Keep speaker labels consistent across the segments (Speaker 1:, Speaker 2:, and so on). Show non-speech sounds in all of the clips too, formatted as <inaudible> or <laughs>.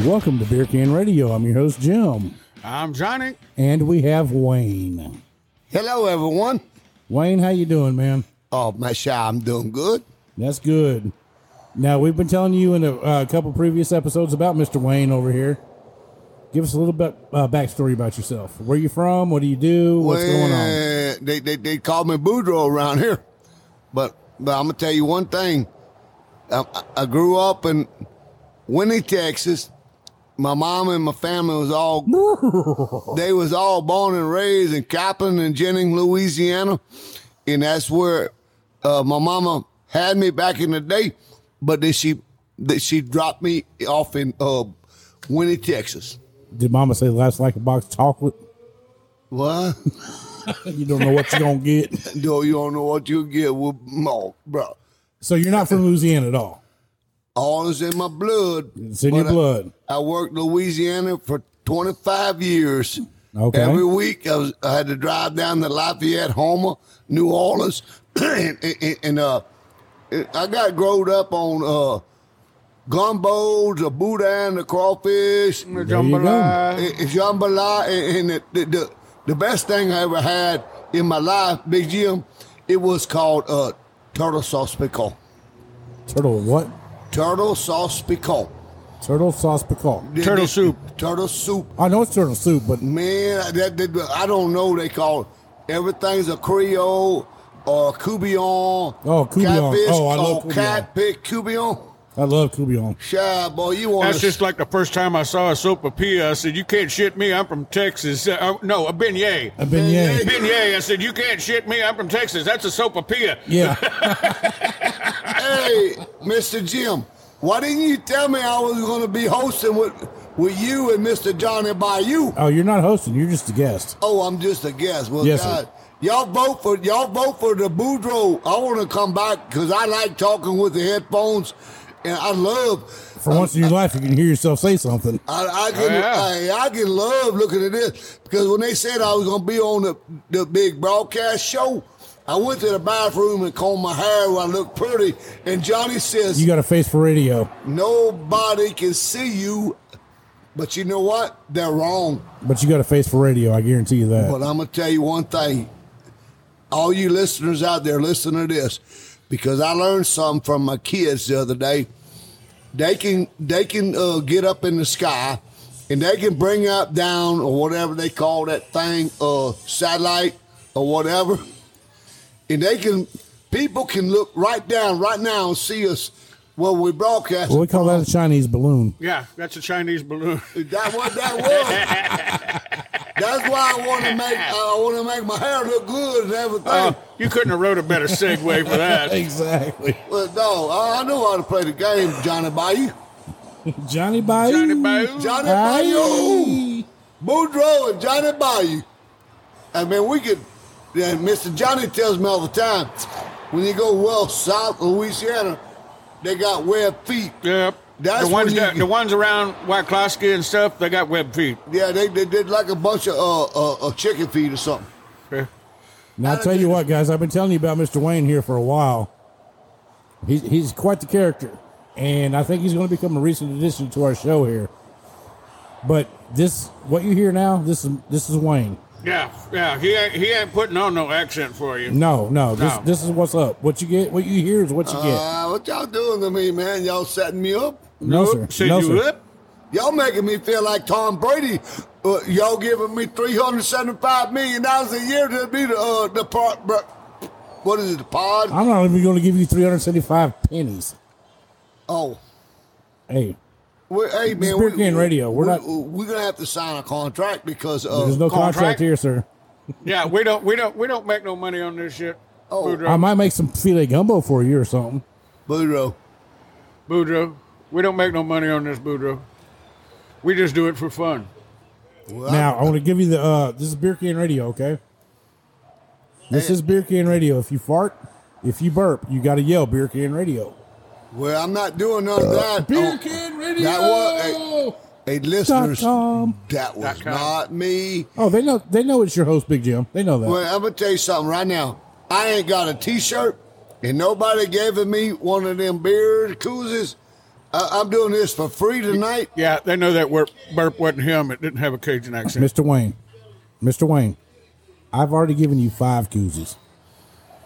Speaker 1: Welcome to Beer Can Radio. I'm your host, Jim.
Speaker 2: I'm Johnny.
Speaker 1: And we have Wayne.
Speaker 3: Hello, everyone.
Speaker 1: Wayne, how you doing, man?
Speaker 3: Oh, my shot, I'm doing good.
Speaker 1: That's good. Now, we've been telling you in a uh, couple previous episodes about Mr. Wayne over here. Give us a little bit uh, backstory about yourself. Where you from? What do you do? What's going on?
Speaker 3: Well, They, they, they call me Boudreaux around here. But, but I'm going to tell you one thing. I, I- I grew up in Winnie, Texas. My mom and my family
Speaker 1: <laughs>
Speaker 3: was all, they was all born and raised in Kaplan and Jennings, Louisiana. And that's where uh, my mama had me back in the day. But then she, then she dropped me off in uh, Winnie, Texas.
Speaker 1: Did Mama say last like a box of chocolate?
Speaker 3: What?
Speaker 1: <laughs> You don't know what you're going to get.
Speaker 3: No, you don't know what you get with milk, bro.
Speaker 1: So you're not from Louisiana at all.
Speaker 3: All is in my blood.
Speaker 1: It's in your
Speaker 3: But uh, I-
Speaker 1: blood.
Speaker 3: I, worked Louisiana for 25 years.
Speaker 1: Okay.
Speaker 3: Every week I, was, I had to drive down to Lafayette, Homer, New Orleans, <clears throat> and, and, and, uh, I got growed up on uh, gumbo, the boudin, the crawfish,
Speaker 2: There
Speaker 1: you go.
Speaker 3: and- and jambalaya, and, and the, the the best thing I ever had in my life, Big Jim, it was called uh, turtle sauce pickle.
Speaker 1: Turtle what?
Speaker 3: turtle sauce pickle.
Speaker 1: Turtle sauce pickle.
Speaker 2: Turtle soup.
Speaker 3: Turtle soup.
Speaker 1: I know it's turtle soup, but
Speaker 3: Man, that, that- I don't know. They call it. everything's a Creole or a Coubillon.
Speaker 1: Oh, Coubillon.
Speaker 3: Catfish
Speaker 1: Oh, I love
Speaker 3: or
Speaker 1: Coubillon.
Speaker 3: Catfish Coubillon.
Speaker 1: I love Coubillon.
Speaker 3: Shy boy, you want
Speaker 2: That's just like the first time I saw a sopapilla. I said, "You can't shit me. I'm from Texas." Uh, uh, no, a beignet.
Speaker 1: A beignet.
Speaker 2: beignet. I said, "You can't shit me. I'm from Texas." That's a sopapilla.
Speaker 1: Yeah.
Speaker 3: hey, Mr. Jim, why didn't you tell me I was going to be hosting with with you and Mr. Johnny Bayou?
Speaker 1: Oh, you're not hosting. You're just a guest.
Speaker 3: Oh, I'm just a guest. Well,
Speaker 1: Yes,
Speaker 3: God,
Speaker 1: sir.
Speaker 3: y'all vote for y'all vote for the Boudreaux. I want to come back because I like talking with the headphones, and I love.
Speaker 1: For once in your life, you can hear yourself say something.
Speaker 3: I, I can
Speaker 2: Oh,
Speaker 3: I, I can love looking at this because when they said I was gonna be on the the big broadcast show, I went to the bathroom and combed my hair where I looked pretty, and Johnny says
Speaker 1: You got a face for radio,
Speaker 3: nobody can see you, but you know what? They're wrong.
Speaker 1: but you got a face for radio. I guarantee you that.
Speaker 3: But I'm gonna tell you one thing. All you listeners out there, listen to this, because I learned something from my kids the other day. They can they can uh, get up in the sky, and they can bring up down or whatever they call that thing, uh, satellite or whatever, and they can people can look right down right now and see us. Well, we broadcast.
Speaker 1: Well, we call that a Chinese balloon.
Speaker 2: Yeah, that's a Chinese balloon.
Speaker 3: That what that was. That's why I want to make I want to make my hair look good and everything.
Speaker 2: Uh, you couldn't have wrote a better segue for that.
Speaker 1: Exactly.
Speaker 3: Well, no, I, I know how to play the game, Johnny Bayou.
Speaker 1: Johnny Bayou.
Speaker 2: Johnny Bayou.
Speaker 3: Johnny Bayou,
Speaker 1: Aye.
Speaker 3: Boudreaux, and Johnny Bayou. I mean, we could. Yeah, Mr. Johnny tells me all the time when you go well south Louisiana, they got webbed feet.
Speaker 2: Yep.
Speaker 3: That's
Speaker 2: the ones
Speaker 3: when you-
Speaker 2: that, the ones around Wyclosky and stuff. They got web feet.
Speaker 3: Yeah, they they did like a bunch of uh, uh, uh chicken feet or something.
Speaker 2: Yeah.
Speaker 1: Now, I'll tell you what, guys, I've been telling you about Mr. Wayne here for a while. He's, he's quite the character, and I think he's going to become a recent addition to our show here. But this, what you hear now, this is this is Wayne.
Speaker 2: Yeah, yeah, he ain't, he ain't putting on no accent for you.
Speaker 1: No, no, this
Speaker 2: No.
Speaker 1: this is what's up. What you get, what you hear is what you get.
Speaker 3: Uh, what y'all doing to me, man? Y'all setting me up.
Speaker 1: no, sir.
Speaker 2: Oop, said
Speaker 1: no,
Speaker 2: you
Speaker 1: sir.
Speaker 2: up?
Speaker 3: Y'all making me feel like Tom Brady. Uh, y'all giving me three hundred seventy-five million dollars a year to be the uh, the part. Bro, what is it? The pod?
Speaker 1: I'm not even going to give you 375 pennies.
Speaker 3: Oh,
Speaker 1: Hey,
Speaker 3: we hey man,
Speaker 1: Beer Can Radio. We're
Speaker 3: we-
Speaker 1: not-
Speaker 3: We're gonna have to sign a contract because uh,
Speaker 1: there's no contract,
Speaker 2: contract?
Speaker 1: here, sir.
Speaker 2: Yeah, we don't, we don't, we don't make no money on this shit.
Speaker 3: Oh.
Speaker 1: I
Speaker 2: Boudreaux,
Speaker 1: might make some filet gumbo for you or something.
Speaker 3: Boudreaux.
Speaker 2: Boudreaux, we don't make no money on this Boudreaux. We just do it for fun.
Speaker 3: Well,
Speaker 1: Now I want to give you the uh this is beer can radio, okay? This is beer can radio. If you fart, if you burp, you gotta yell beer can radio.
Speaker 3: I, well, I'm not doing none of that. Oh,
Speaker 1: uh, can
Speaker 3: that was- hey, listeners,
Speaker 1: com.
Speaker 3: that was
Speaker 2: Dot com.
Speaker 3: not me.
Speaker 1: Oh, they know they know it's your host, Big Jim. They know that.
Speaker 3: Well, I'm gonna tell you something right now. I ain't got a T-shirt, and nobody gave me one of them beer koozies. I, I'm doing this for free tonight.
Speaker 2: Yeah, they know that burp, burp wasn't him. It didn't have a Cajun accent.
Speaker 1: Mr. Wayne, Mr. Wayne, I've already given you five koozies.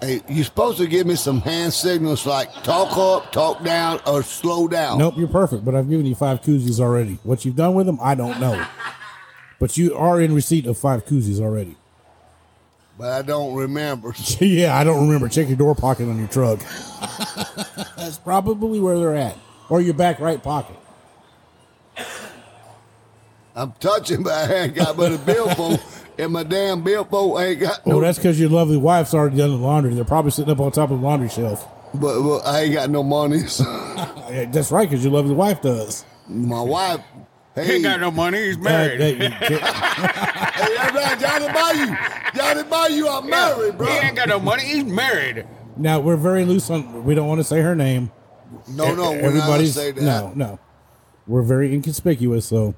Speaker 3: Hey, you supposed to give me some hand signals like talk up, talk down, or slow down.
Speaker 1: Nope, you're perfect, but I've given you five koozies already. What you've done with them, I don't
Speaker 3: <laughs>
Speaker 1: know. But you are in receipt of five koozies already. <laughs>
Speaker 3: But I don't remember. <laughs>
Speaker 1: yeah, I don't remember. Check your door pocket on your truck. That's probably where they're at, or your back right pocket.
Speaker 3: I'm touching, but I ain't got but
Speaker 1: <laughs>
Speaker 3: a billfold, and my damn billfold ain't got
Speaker 1: Well,
Speaker 3: no.
Speaker 1: that's because your lovely wife's already done the laundry. They're probably sitting up on top of the laundry shelf.
Speaker 3: But, but I ain't got no money.
Speaker 1: Yeah, That's right, because your lovely wife does.
Speaker 3: <laughs> my wife.
Speaker 2: He
Speaker 3: Hey,
Speaker 2: ain't got no money. He's married.
Speaker 1: That- that-
Speaker 3: <laughs>
Speaker 1: that-
Speaker 3: hey, that's right, Johnny Bayou. Johnny Bayou, I'm
Speaker 2: Yeah,
Speaker 3: married, bro.
Speaker 2: He ain't got no money. He's married.
Speaker 1: now we're very loose on. We don't want to say her name.
Speaker 3: no, no, Oh, we're not gonna
Speaker 1: Everybody's
Speaker 3: say that.
Speaker 1: no, no. We're very inconspicuous, so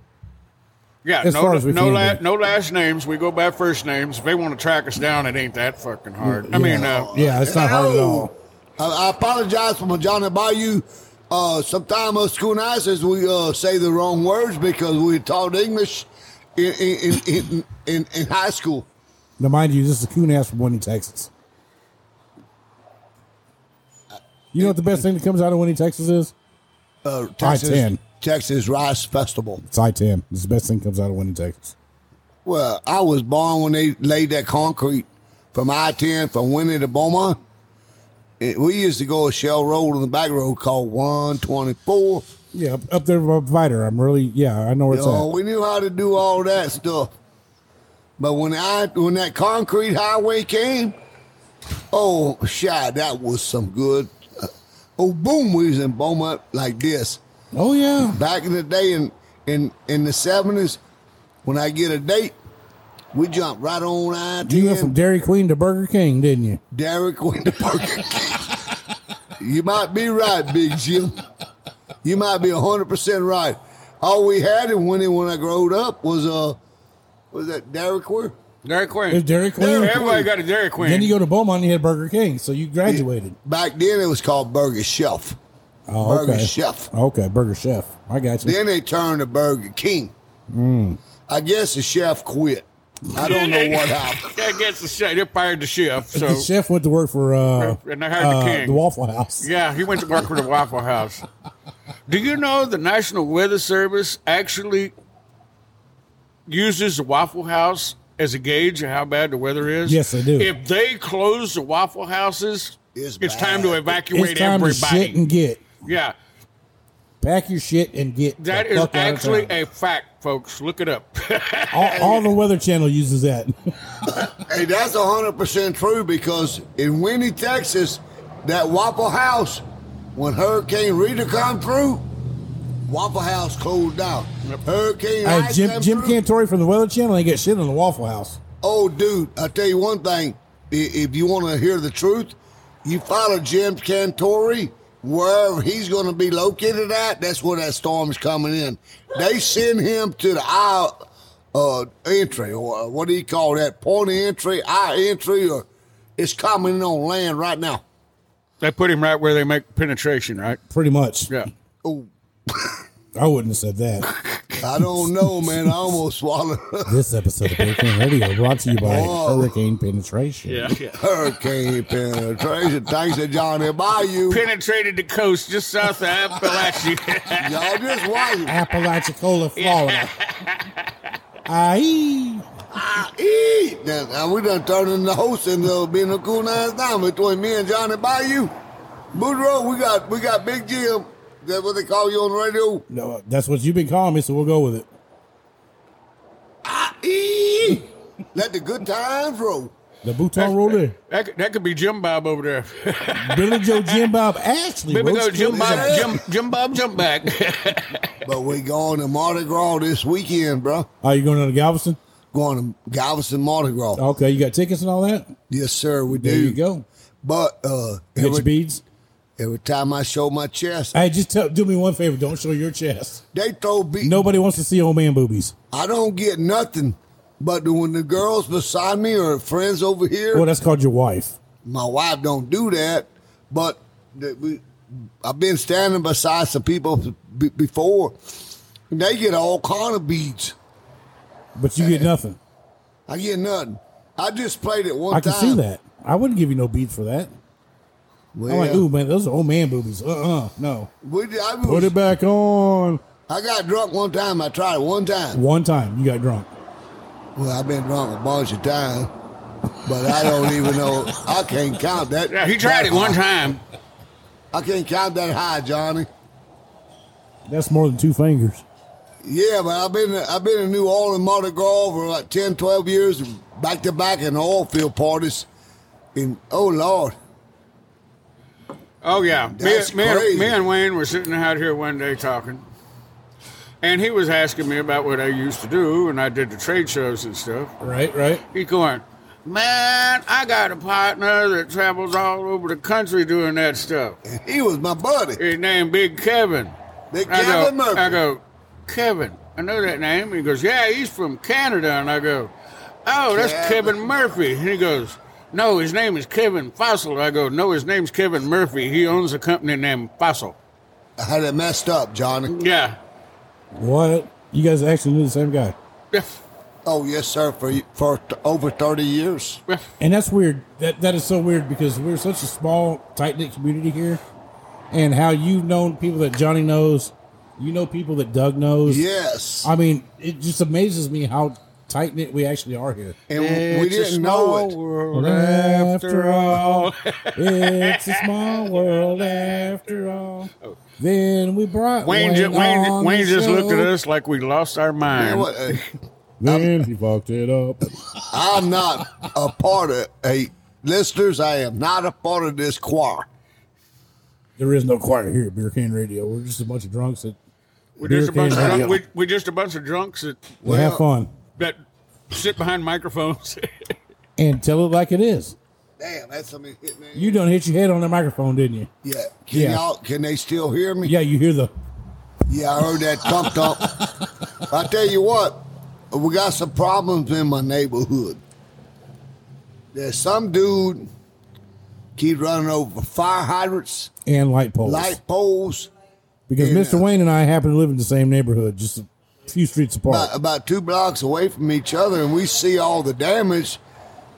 Speaker 2: Yeah,
Speaker 1: As
Speaker 2: no,
Speaker 1: far as we
Speaker 2: no,
Speaker 1: can
Speaker 2: la-
Speaker 1: be.
Speaker 2: no last names. We go by first names. If they want to track us down, it ain't that fucking hard. I mean, uh,
Speaker 1: yeah, it's not hard at
Speaker 3: No.
Speaker 1: all.
Speaker 3: I, I apologize for my Johnny Bayou. Uh, sometimes us Kunaises, we uh, say the wrong words because we taught English in in, in, in, in, in high school.
Speaker 1: Now, mind you, this is a coon ass from Winnie, Texas. You know what the best thing that comes out of Winnie, Texas is?
Speaker 3: Uh, Texas,
Speaker 1: ten.
Speaker 3: Texas Rice Festival.
Speaker 1: It's I 10. This is the best thing that comes out of Winnie, Texas.
Speaker 3: Well, I was born when they laid that concrete from I 10 from Winnie to Beaumont. It- we used to go a shell road on the back road called 124.
Speaker 1: Yeah, up, up there by Vider. I'm really, yeah, I know where it's
Speaker 3: Oh,
Speaker 1: at.
Speaker 3: we knew how to do all that stuff. But when I when that concrete highway came, oh shy, that was some good. uh, oh boom, we was in Beaumont like this
Speaker 1: Oh, yeah.
Speaker 3: back in the day in in in the seventies. When I get a date, we jump right on I
Speaker 1: You went from
Speaker 3: ten.
Speaker 1: Dairy Queen to Burger King, didn't you?
Speaker 3: Derrick went to Burger King. you might be right, Big Jim. You might be hundred percent right. All we had in Winnie when I growed up was uh, was that Derrick where?
Speaker 2: Dairy Queen.
Speaker 1: It's Dairy Queen.
Speaker 2: Yeah, Everybody got a Dairy Queen.
Speaker 1: Then you go to Beaumont and you had Burger King, so you graduated.
Speaker 3: Back then it was called Burger Chef.
Speaker 1: Oh,
Speaker 3: Burger
Speaker 1: okay.
Speaker 3: Chef.
Speaker 1: Okay, Burger Chef. I got you.
Speaker 3: Then they turned to Burger King. I guess the chef quit. I don't know what happened.
Speaker 2: that gets the chef. They fired the chef. So
Speaker 1: the chef went to work for uh,
Speaker 2: And they hired the
Speaker 1: uh,
Speaker 2: king.
Speaker 1: Waffle House.
Speaker 2: <laughs> Yeah, he went to work for the Waffle House. Do you know the National Weather Service actually uses the Waffle House as a gauge of how bad the weather is?
Speaker 1: Yes, they do.
Speaker 2: If they close the Waffle Houses,
Speaker 3: It's
Speaker 2: it's, time to
Speaker 3: bad.
Speaker 2: evacuate
Speaker 1: it's time to shit
Speaker 2: everybody.
Speaker 1: and get.
Speaker 2: yeah,
Speaker 1: Pack your shit and get.
Speaker 2: that
Speaker 1: the
Speaker 2: is
Speaker 1: fuck out of
Speaker 2: actually
Speaker 1: town.
Speaker 2: a fact, folks. Look it up. <laughs>
Speaker 1: all, all the Weather Channel uses that.
Speaker 3: Hey, that's hundred percent true because in Winnie, Texas, that Waffle House, when Hurricane Rita come through, Waffle House closed down. Hurricane
Speaker 1: Hey,
Speaker 3: Ike
Speaker 1: Jim
Speaker 3: come
Speaker 1: Jim
Speaker 3: through.
Speaker 1: Cantori from the Weather Channel ain't got shit on the Waffle House.
Speaker 3: Oh, dude, I tell you one thing. I- If you want to hear the truth, you follow Jim Cantori wherever he's going to be located at. That's where that storm's coming in. They send him to the eye uh, entry, or what do you call that? Point of entry, eye entry, or it's coming in on land right now.
Speaker 2: they put him right where they make penetration, right?
Speaker 1: Pretty much.
Speaker 2: Yeah.
Speaker 3: Oh,
Speaker 1: I wouldn't have said
Speaker 2: <laughs>
Speaker 1: that.
Speaker 3: I don't know, man. I almost swallowed
Speaker 1: this episode of Hurricane Radio brought to you by
Speaker 3: Whoa.
Speaker 1: Hurricane Penetration.
Speaker 2: Oh. yeah.
Speaker 3: hurricane penetration. Thanks to Johnny Bayou.
Speaker 2: Penetrated the coast just south of Appalachia. <laughs>
Speaker 3: Y'all just watch.
Speaker 1: Apalachicola, Florida. Aye.
Speaker 3: Eat. Now, now we done turning the host into being a cool ass down between me and Johnny Bayou. Boudreaux, we got we got Big Jim. That's what they call you on the radio.
Speaker 1: No, that's what you've been calling me, so we'll go with it.
Speaker 3: Eat. Let the good times roll.
Speaker 1: The Bouton
Speaker 2: <laughs>
Speaker 1: Roller.
Speaker 2: That could, that could be Jim Bob over there.
Speaker 1: Billy Joe Jim Bob Ashley.
Speaker 2: Baby
Speaker 1: Roast
Speaker 2: go Jim
Speaker 1: Cook-
Speaker 2: Bob,
Speaker 3: that?
Speaker 2: Jim, Jim Bob, jump back.
Speaker 3: But we going to Mardi Gras this weekend, bro.
Speaker 1: Are you going down to Galveston?
Speaker 3: Going to Galveston Mardi Gras.
Speaker 1: Okay, you got tickets and all that?
Speaker 3: Yes, sir, we
Speaker 1: Oh. There
Speaker 3: do.
Speaker 1: you go.
Speaker 3: But uh,
Speaker 1: Get your Uh,
Speaker 3: every,
Speaker 1: beads.
Speaker 3: every time I show my chest,
Speaker 1: Hey, just tell, do me one favor. Don't show your chest.
Speaker 3: they throw beat.
Speaker 1: Nobody wants to see old man boobies.
Speaker 3: I don't get nothing. But when the girls beside me or
Speaker 1: Oh,
Speaker 3: friends over here,
Speaker 1: Well, that's called your wife.
Speaker 3: my wife don't do that, but the, we, I've been standing beside some people b- before. and They get all kind of beads.
Speaker 1: but you get nothing.
Speaker 3: I get nothing. I just played it one
Speaker 1: I can
Speaker 3: time.
Speaker 1: see that. I wouldn't give you no beats for that.
Speaker 3: Well,
Speaker 1: I'm like, ooh, man, those are old man boobies. Uh uh no.
Speaker 3: we did- I, was-
Speaker 1: Put it back on.
Speaker 3: I got drunk one time. I tried it one time.
Speaker 1: One time you got drunk.
Speaker 3: Well, I've been drunk a bunch of times, but I don't even know. I can't count
Speaker 2: <laughs>
Speaker 3: that.
Speaker 2: Yeah, he tried it one time.
Speaker 3: I can't count that high, Johnny.
Speaker 1: That's more than two fingers.
Speaker 3: Yeah, but I've been I've been in New Orleans Mardi Gras for like 10, 12 years, back to back in oil field parties. And oh Lord, <laughs>
Speaker 2: Oh yeah, me,
Speaker 3: That's
Speaker 2: me, and-
Speaker 3: crazy.
Speaker 2: me and Wayne were sitting out here one day talking, and he was asking me about what I used to do, and I did the trade shows and stuff.
Speaker 1: Right, right.
Speaker 2: He going, man, I got a partner that travels all over the country doing that stuff.
Speaker 3: he was my buddy.
Speaker 2: His name Big Kevin.
Speaker 3: Big
Speaker 2: I go-
Speaker 3: Kevin Murphy.
Speaker 2: I go, Kevin. I know that name. He goes, yeah, he's from Canada. And I go, oh, that's
Speaker 3: Kevin
Speaker 2: Kevin Murphy. And he goes, no, his name is Kevin Fossil. I go, no, his name's Kevin Murphy. He owns a company named Fossil.
Speaker 3: I had it messed up, Johnny.
Speaker 2: Yeah. <laughs>
Speaker 1: What? You guys actually knew the same guy.
Speaker 2: Yeah.
Speaker 3: Oh yes, sir, for for t- over thirty years.
Speaker 2: Yeah.
Speaker 1: And that's weird. That that is so weird because we're such a small, tight knit community here. And how you've known people that Johnny knows, you know people that Doug knows.
Speaker 3: Yes,
Speaker 1: I mean, it just amazes me how tight knit we actually are here.
Speaker 3: and we
Speaker 2: It's a
Speaker 3: didn't know
Speaker 2: small
Speaker 3: it.
Speaker 2: world
Speaker 1: After all, it's a small world. After all, then we brought
Speaker 2: Wayne, ju-
Speaker 1: on
Speaker 2: Wayne,
Speaker 1: the
Speaker 2: Wayne just
Speaker 1: show.
Speaker 2: looked at us like we lost our
Speaker 3: You know
Speaker 2: mind.
Speaker 3: what? Uh,
Speaker 1: <laughs> Then he fucked it up.
Speaker 3: I'm not a part of hey listeners. I am not a part of this choir.
Speaker 1: There is no choir here at Beer Can Radio. We're just a bunch of drunks that
Speaker 2: We're
Speaker 1: Beer
Speaker 2: just a bunch of
Speaker 1: can
Speaker 2: drunk,
Speaker 1: radio.
Speaker 2: we, we're just a bunch of drunks that
Speaker 1: we have fun
Speaker 2: that sit behind microphones. <laughs>
Speaker 1: and tell it like it is.
Speaker 3: Damn, that's something hit me.
Speaker 1: You done hit your head on the microphone, didn't you?
Speaker 3: yeah, can
Speaker 1: Yeah.
Speaker 3: y'all can they still hear me?
Speaker 1: Yeah, you hear the
Speaker 3: Yeah, I heard that thump thump. I tell you what, we got some problems in my neighborhood. There's some dude keep running over fire hydrants,
Speaker 1: and light poles.
Speaker 3: light poles,
Speaker 1: because
Speaker 3: yeah.
Speaker 1: Mr. Wayne and I happen to live in the same neighborhood, just a few streets apart.
Speaker 3: about, uh, about two blocks away from each other, and we see all the damage.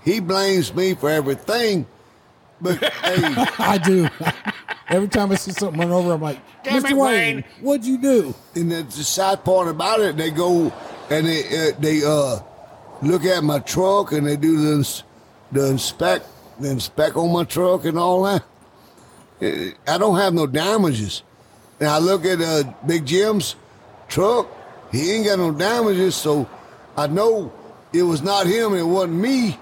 Speaker 3: He blames me for everything, but hey,
Speaker 1: I do. Every time I see something run over, I'm like,
Speaker 2: Damn
Speaker 1: Mr.
Speaker 2: it,
Speaker 1: Wayne,
Speaker 2: Wayne."
Speaker 1: what'd you do?
Speaker 3: and the, the sad part about it, they go and they uh, they uh look at my truck and they do the ins- the inspect the inspect on my truck and all that. Uh, I don't have no damages. And I look at uh, Big Jim's truck; he ain't got no damages, so I know it was not him. It wasn't me.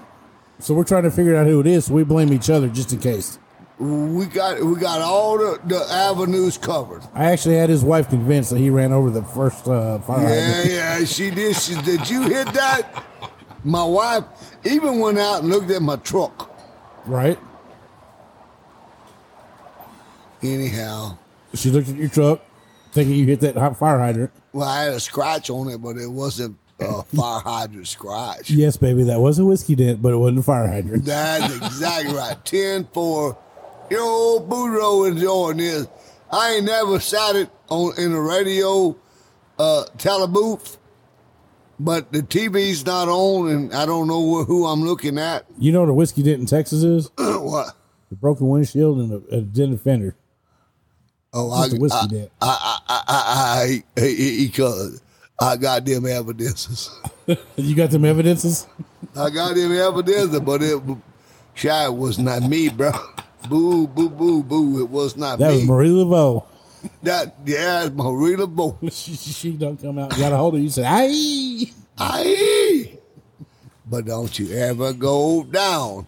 Speaker 1: So we're trying to figure out who it is. So we blame each other just in case.
Speaker 3: We got we got all the, the avenues covered.
Speaker 1: I actually had his wife convinced that he ran over the first uh, fire
Speaker 3: Yeah,
Speaker 1: hydrant.
Speaker 3: yeah, she did. She did. You hear that? My wife even went out and looked at my truck.
Speaker 1: right?
Speaker 3: Anyhow,
Speaker 1: She looked at your truck, thinking you hit that hot fire hydrant.
Speaker 3: well, I had a scratch on it, but it wasn't a fire hydrant scratch.
Speaker 1: Yes, baby, that was a whiskey dent, but it wasn't a fire hydrant.
Speaker 3: That's exactly right. Ten four. Your old Boudreaux enjoying this. I ain't never sat it on in a radio uh, telebooth, but the TV's not on, and I don't know wh- who I'm looking at. <laughs>
Speaker 1: You know what a whiskey dent in Texas is?
Speaker 3: what?
Speaker 1: A broken windshield and a, a dented fender.
Speaker 3: Oh, I,
Speaker 1: Just a whiskey
Speaker 3: I,
Speaker 1: dent.
Speaker 3: I, I, I, I, I, because I got them evidences.
Speaker 1: You got them evidences?
Speaker 3: I got them evidences, but it, shy was not me, bro. Boo, boo, boo, boo. It was not
Speaker 1: That was
Speaker 3: me.
Speaker 1: Marie Laveau. <laughs>
Speaker 3: that, yeah, it's Marie LeBeau.
Speaker 1: she, she- she done come out and got a hold of you and said, Aye.
Speaker 3: Aye. But don't you ever go down.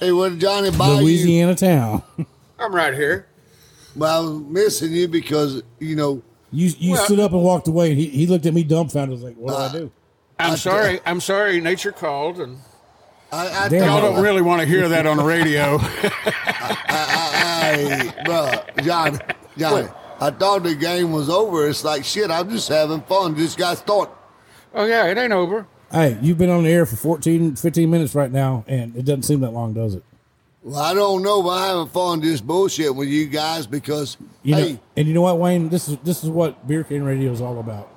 Speaker 3: Hey, what did Johnny buy you?
Speaker 1: Louisiana town. <laughs>
Speaker 2: I'm right here.
Speaker 3: Well, I was missing you because, you know,
Speaker 1: You you
Speaker 2: Well-
Speaker 1: stood up and walked away, and he, he looked at me dumbfounded. was like, "What do
Speaker 3: Uh,
Speaker 1: I do?"
Speaker 2: I'm sorry. I'm sorry. Nature called, and
Speaker 3: I, I
Speaker 1: Damn.
Speaker 2: y'all
Speaker 3: thought
Speaker 2: don't really want to hear that on the radio. <laughs>
Speaker 3: Hey, bro, Johnny, Johnny, I thought the game was over. It's like shit. I'm just having fun. Just got started.
Speaker 2: oh yeah, it ain't over.
Speaker 1: Hey, you've been on the air for 14, 15 minutes right now, and it doesn't seem that long, does it?
Speaker 3: Well, I don't know, but I haven't fallen into this bullshit with you guys because
Speaker 1: You know,
Speaker 3: hey,
Speaker 1: and you know what, Wayne? This is this is what beer can radio is all about.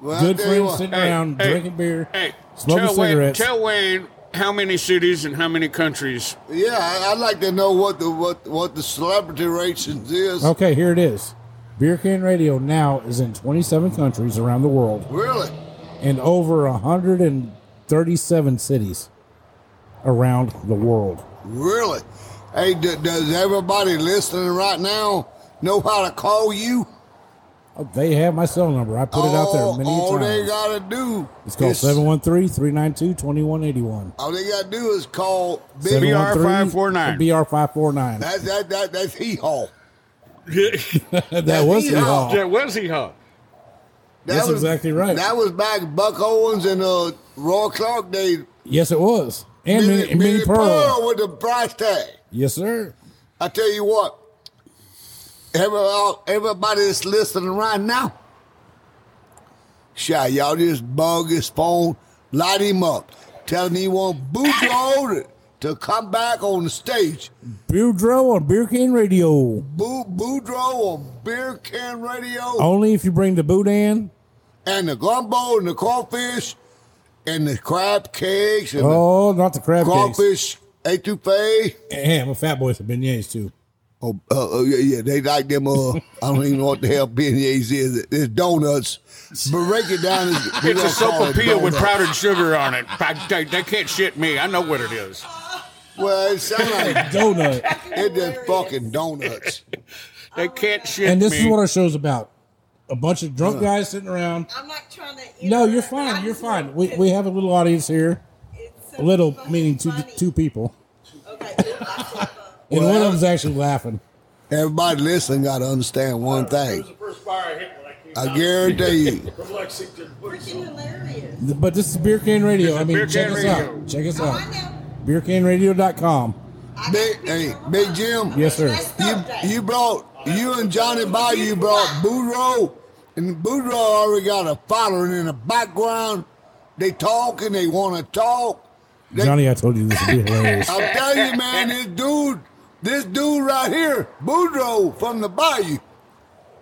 Speaker 3: well, I
Speaker 1: Good
Speaker 3: tell you
Speaker 1: friends
Speaker 3: what,
Speaker 1: sitting
Speaker 2: Hey,
Speaker 1: around
Speaker 2: hey,
Speaker 1: drinking beer,
Speaker 2: Hey,
Speaker 1: smoking
Speaker 2: tell Wayne,
Speaker 1: cigarettes.
Speaker 2: tell Wayne how many cities and how many countries. <laughs>
Speaker 3: Yeah, I- I'd like to know what the what what the celebrity ratings is.
Speaker 1: okay, here it is. Beer can radio now is in 27 countries around the world
Speaker 3: Really?
Speaker 1: and over 137 cities around the world.
Speaker 3: Really? Hey, d- does everybody listening right now know how to call you?
Speaker 1: They have my cell number. I put it out there
Speaker 3: all,
Speaker 1: many
Speaker 3: all they
Speaker 1: times.
Speaker 3: gotta do
Speaker 1: It's called
Speaker 3: is-
Speaker 1: 713 392 2181.
Speaker 3: All they gotta do is call Big.
Speaker 2: BR549.
Speaker 1: BR549.
Speaker 3: That, that that that's he haul.
Speaker 1: That was
Speaker 3: Yeah.
Speaker 1: the hall.
Speaker 2: Yeah, was he hot?
Speaker 1: That's exactly right.
Speaker 3: That was back Buck Owens and uh, Roy Clark day.
Speaker 1: Yes, it was. And Minnie, Minnie, Pearl.
Speaker 3: with the price tag.
Speaker 1: Yes, sir.
Speaker 3: I tell you what, everybody, everybody that's listening right now, shy, y'all just bug his phone, light him up, tell him you want Boudreaux to, to come back on the stage.
Speaker 1: Boudreaux on Beer Can Radio.
Speaker 3: Boo, Boudreaux on Beer Can Radio,
Speaker 1: Only if you bring the boudin.
Speaker 3: and the gumbo, and the crawfish, and the crab cakes, and
Speaker 1: Oh, not the
Speaker 3: the
Speaker 1: crab cakes.
Speaker 3: crawfish etouffee.
Speaker 1: Yeah, I'm a fat boy for beignets, too.
Speaker 3: Oh, uh, uh, yeah, yeah, they like them. Uh, I don't even know what the hell beignets is. It's donuts. But break it down. Is,
Speaker 2: It's a sopapilla with powdered sugar on it. I, they, they can't shit me. I know what it is.
Speaker 3: Well, it sounds like
Speaker 1: <laughs> Donut.
Speaker 3: it just fucking donuts.
Speaker 2: They can't shit
Speaker 1: and this
Speaker 2: me.
Speaker 1: is what our show's about. A bunch of drunk guys sitting around.
Speaker 4: I'm not trying to.
Speaker 1: No, you're
Speaker 4: interrupt. I
Speaker 1: fine. You're
Speaker 4: just want
Speaker 1: fine. We,
Speaker 4: to-
Speaker 1: we have a little audience here.
Speaker 4: it's
Speaker 1: A
Speaker 4: so
Speaker 1: little,
Speaker 4: fucking
Speaker 1: meaning two,
Speaker 4: funny.
Speaker 1: two people.
Speaker 4: Okay, good. I
Speaker 1: <laughs>
Speaker 4: saw the-
Speaker 1: And
Speaker 3: Well-
Speaker 1: one of them's actually laughing.
Speaker 3: Everybody listening got to understand one
Speaker 5: It
Speaker 3: thing.
Speaker 5: was the first bar I hit when I came
Speaker 3: I
Speaker 5: down
Speaker 3: guarantee you.
Speaker 5: from Lexington.
Speaker 4: freaking hilarious.
Speaker 1: But this is Beer Can Radio. I mean,
Speaker 2: Beer
Speaker 1: check
Speaker 2: Can
Speaker 1: us
Speaker 2: Radio.
Speaker 1: out. Check us
Speaker 4: Oh,
Speaker 1: out.
Speaker 4: I know.
Speaker 1: BeerCanRadio.com.
Speaker 4: I got
Speaker 3: Big,
Speaker 4: a picture
Speaker 3: hey,
Speaker 4: of her.
Speaker 3: Big Jim.
Speaker 1: Yes, sir.
Speaker 4: Let's go,
Speaker 3: You,
Speaker 4: Dave.
Speaker 3: you brought you and Johnny Bayou. You brought Boudreaux, and Boudreaux already got a following in the background. They talk and they want to talk. They
Speaker 1: Johnny, I told you this would be hilarious.
Speaker 3: I'm telling you, man, this dude, this dude right here, Boudreaux from the Bayou.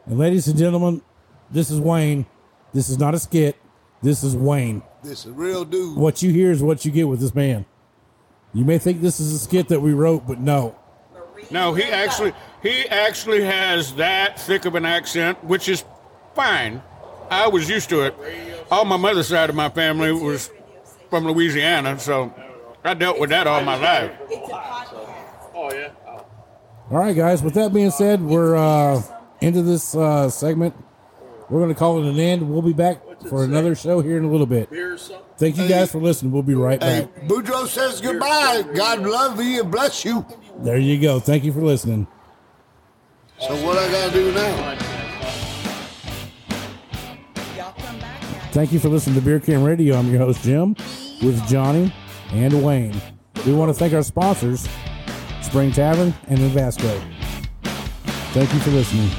Speaker 1: And ladies and gentlemen, this is Wayne. This is not a skit. This is Wayne.
Speaker 3: This is a real dude.
Speaker 1: What you hear is what you get with this man. You may think this is a skit that we wrote, but no.
Speaker 4: Maria
Speaker 2: No, he
Speaker 4: Randolph.
Speaker 2: actually he actually has that thick of an accent, which is fine. I was used to it. All my mother's side of my family was from Louisiana, so I dealt with that all my life.
Speaker 4: It's a podcast.
Speaker 5: Oh, yeah. Oh.
Speaker 1: All right, guys. With that being said, we're uh, into this uh, segment. We're going to call it an end. We'll be back for another show here in a little bit.
Speaker 5: Beer or something?
Speaker 1: Thank you guys for listening. We'll be right
Speaker 3: Hey,
Speaker 1: back.
Speaker 3: Boudreaux says goodbye. God love you and bless you.
Speaker 1: There you go. Thank you for listening.
Speaker 3: So what I gotta do now?
Speaker 4: Y'all come back. now.
Speaker 1: Thank you for listening to Beer Can Radio. I'm your host, Jim, with Johnny and Wayne. We want to thank our sponsors, Spring Tavern and Invasco. Thank you for listening.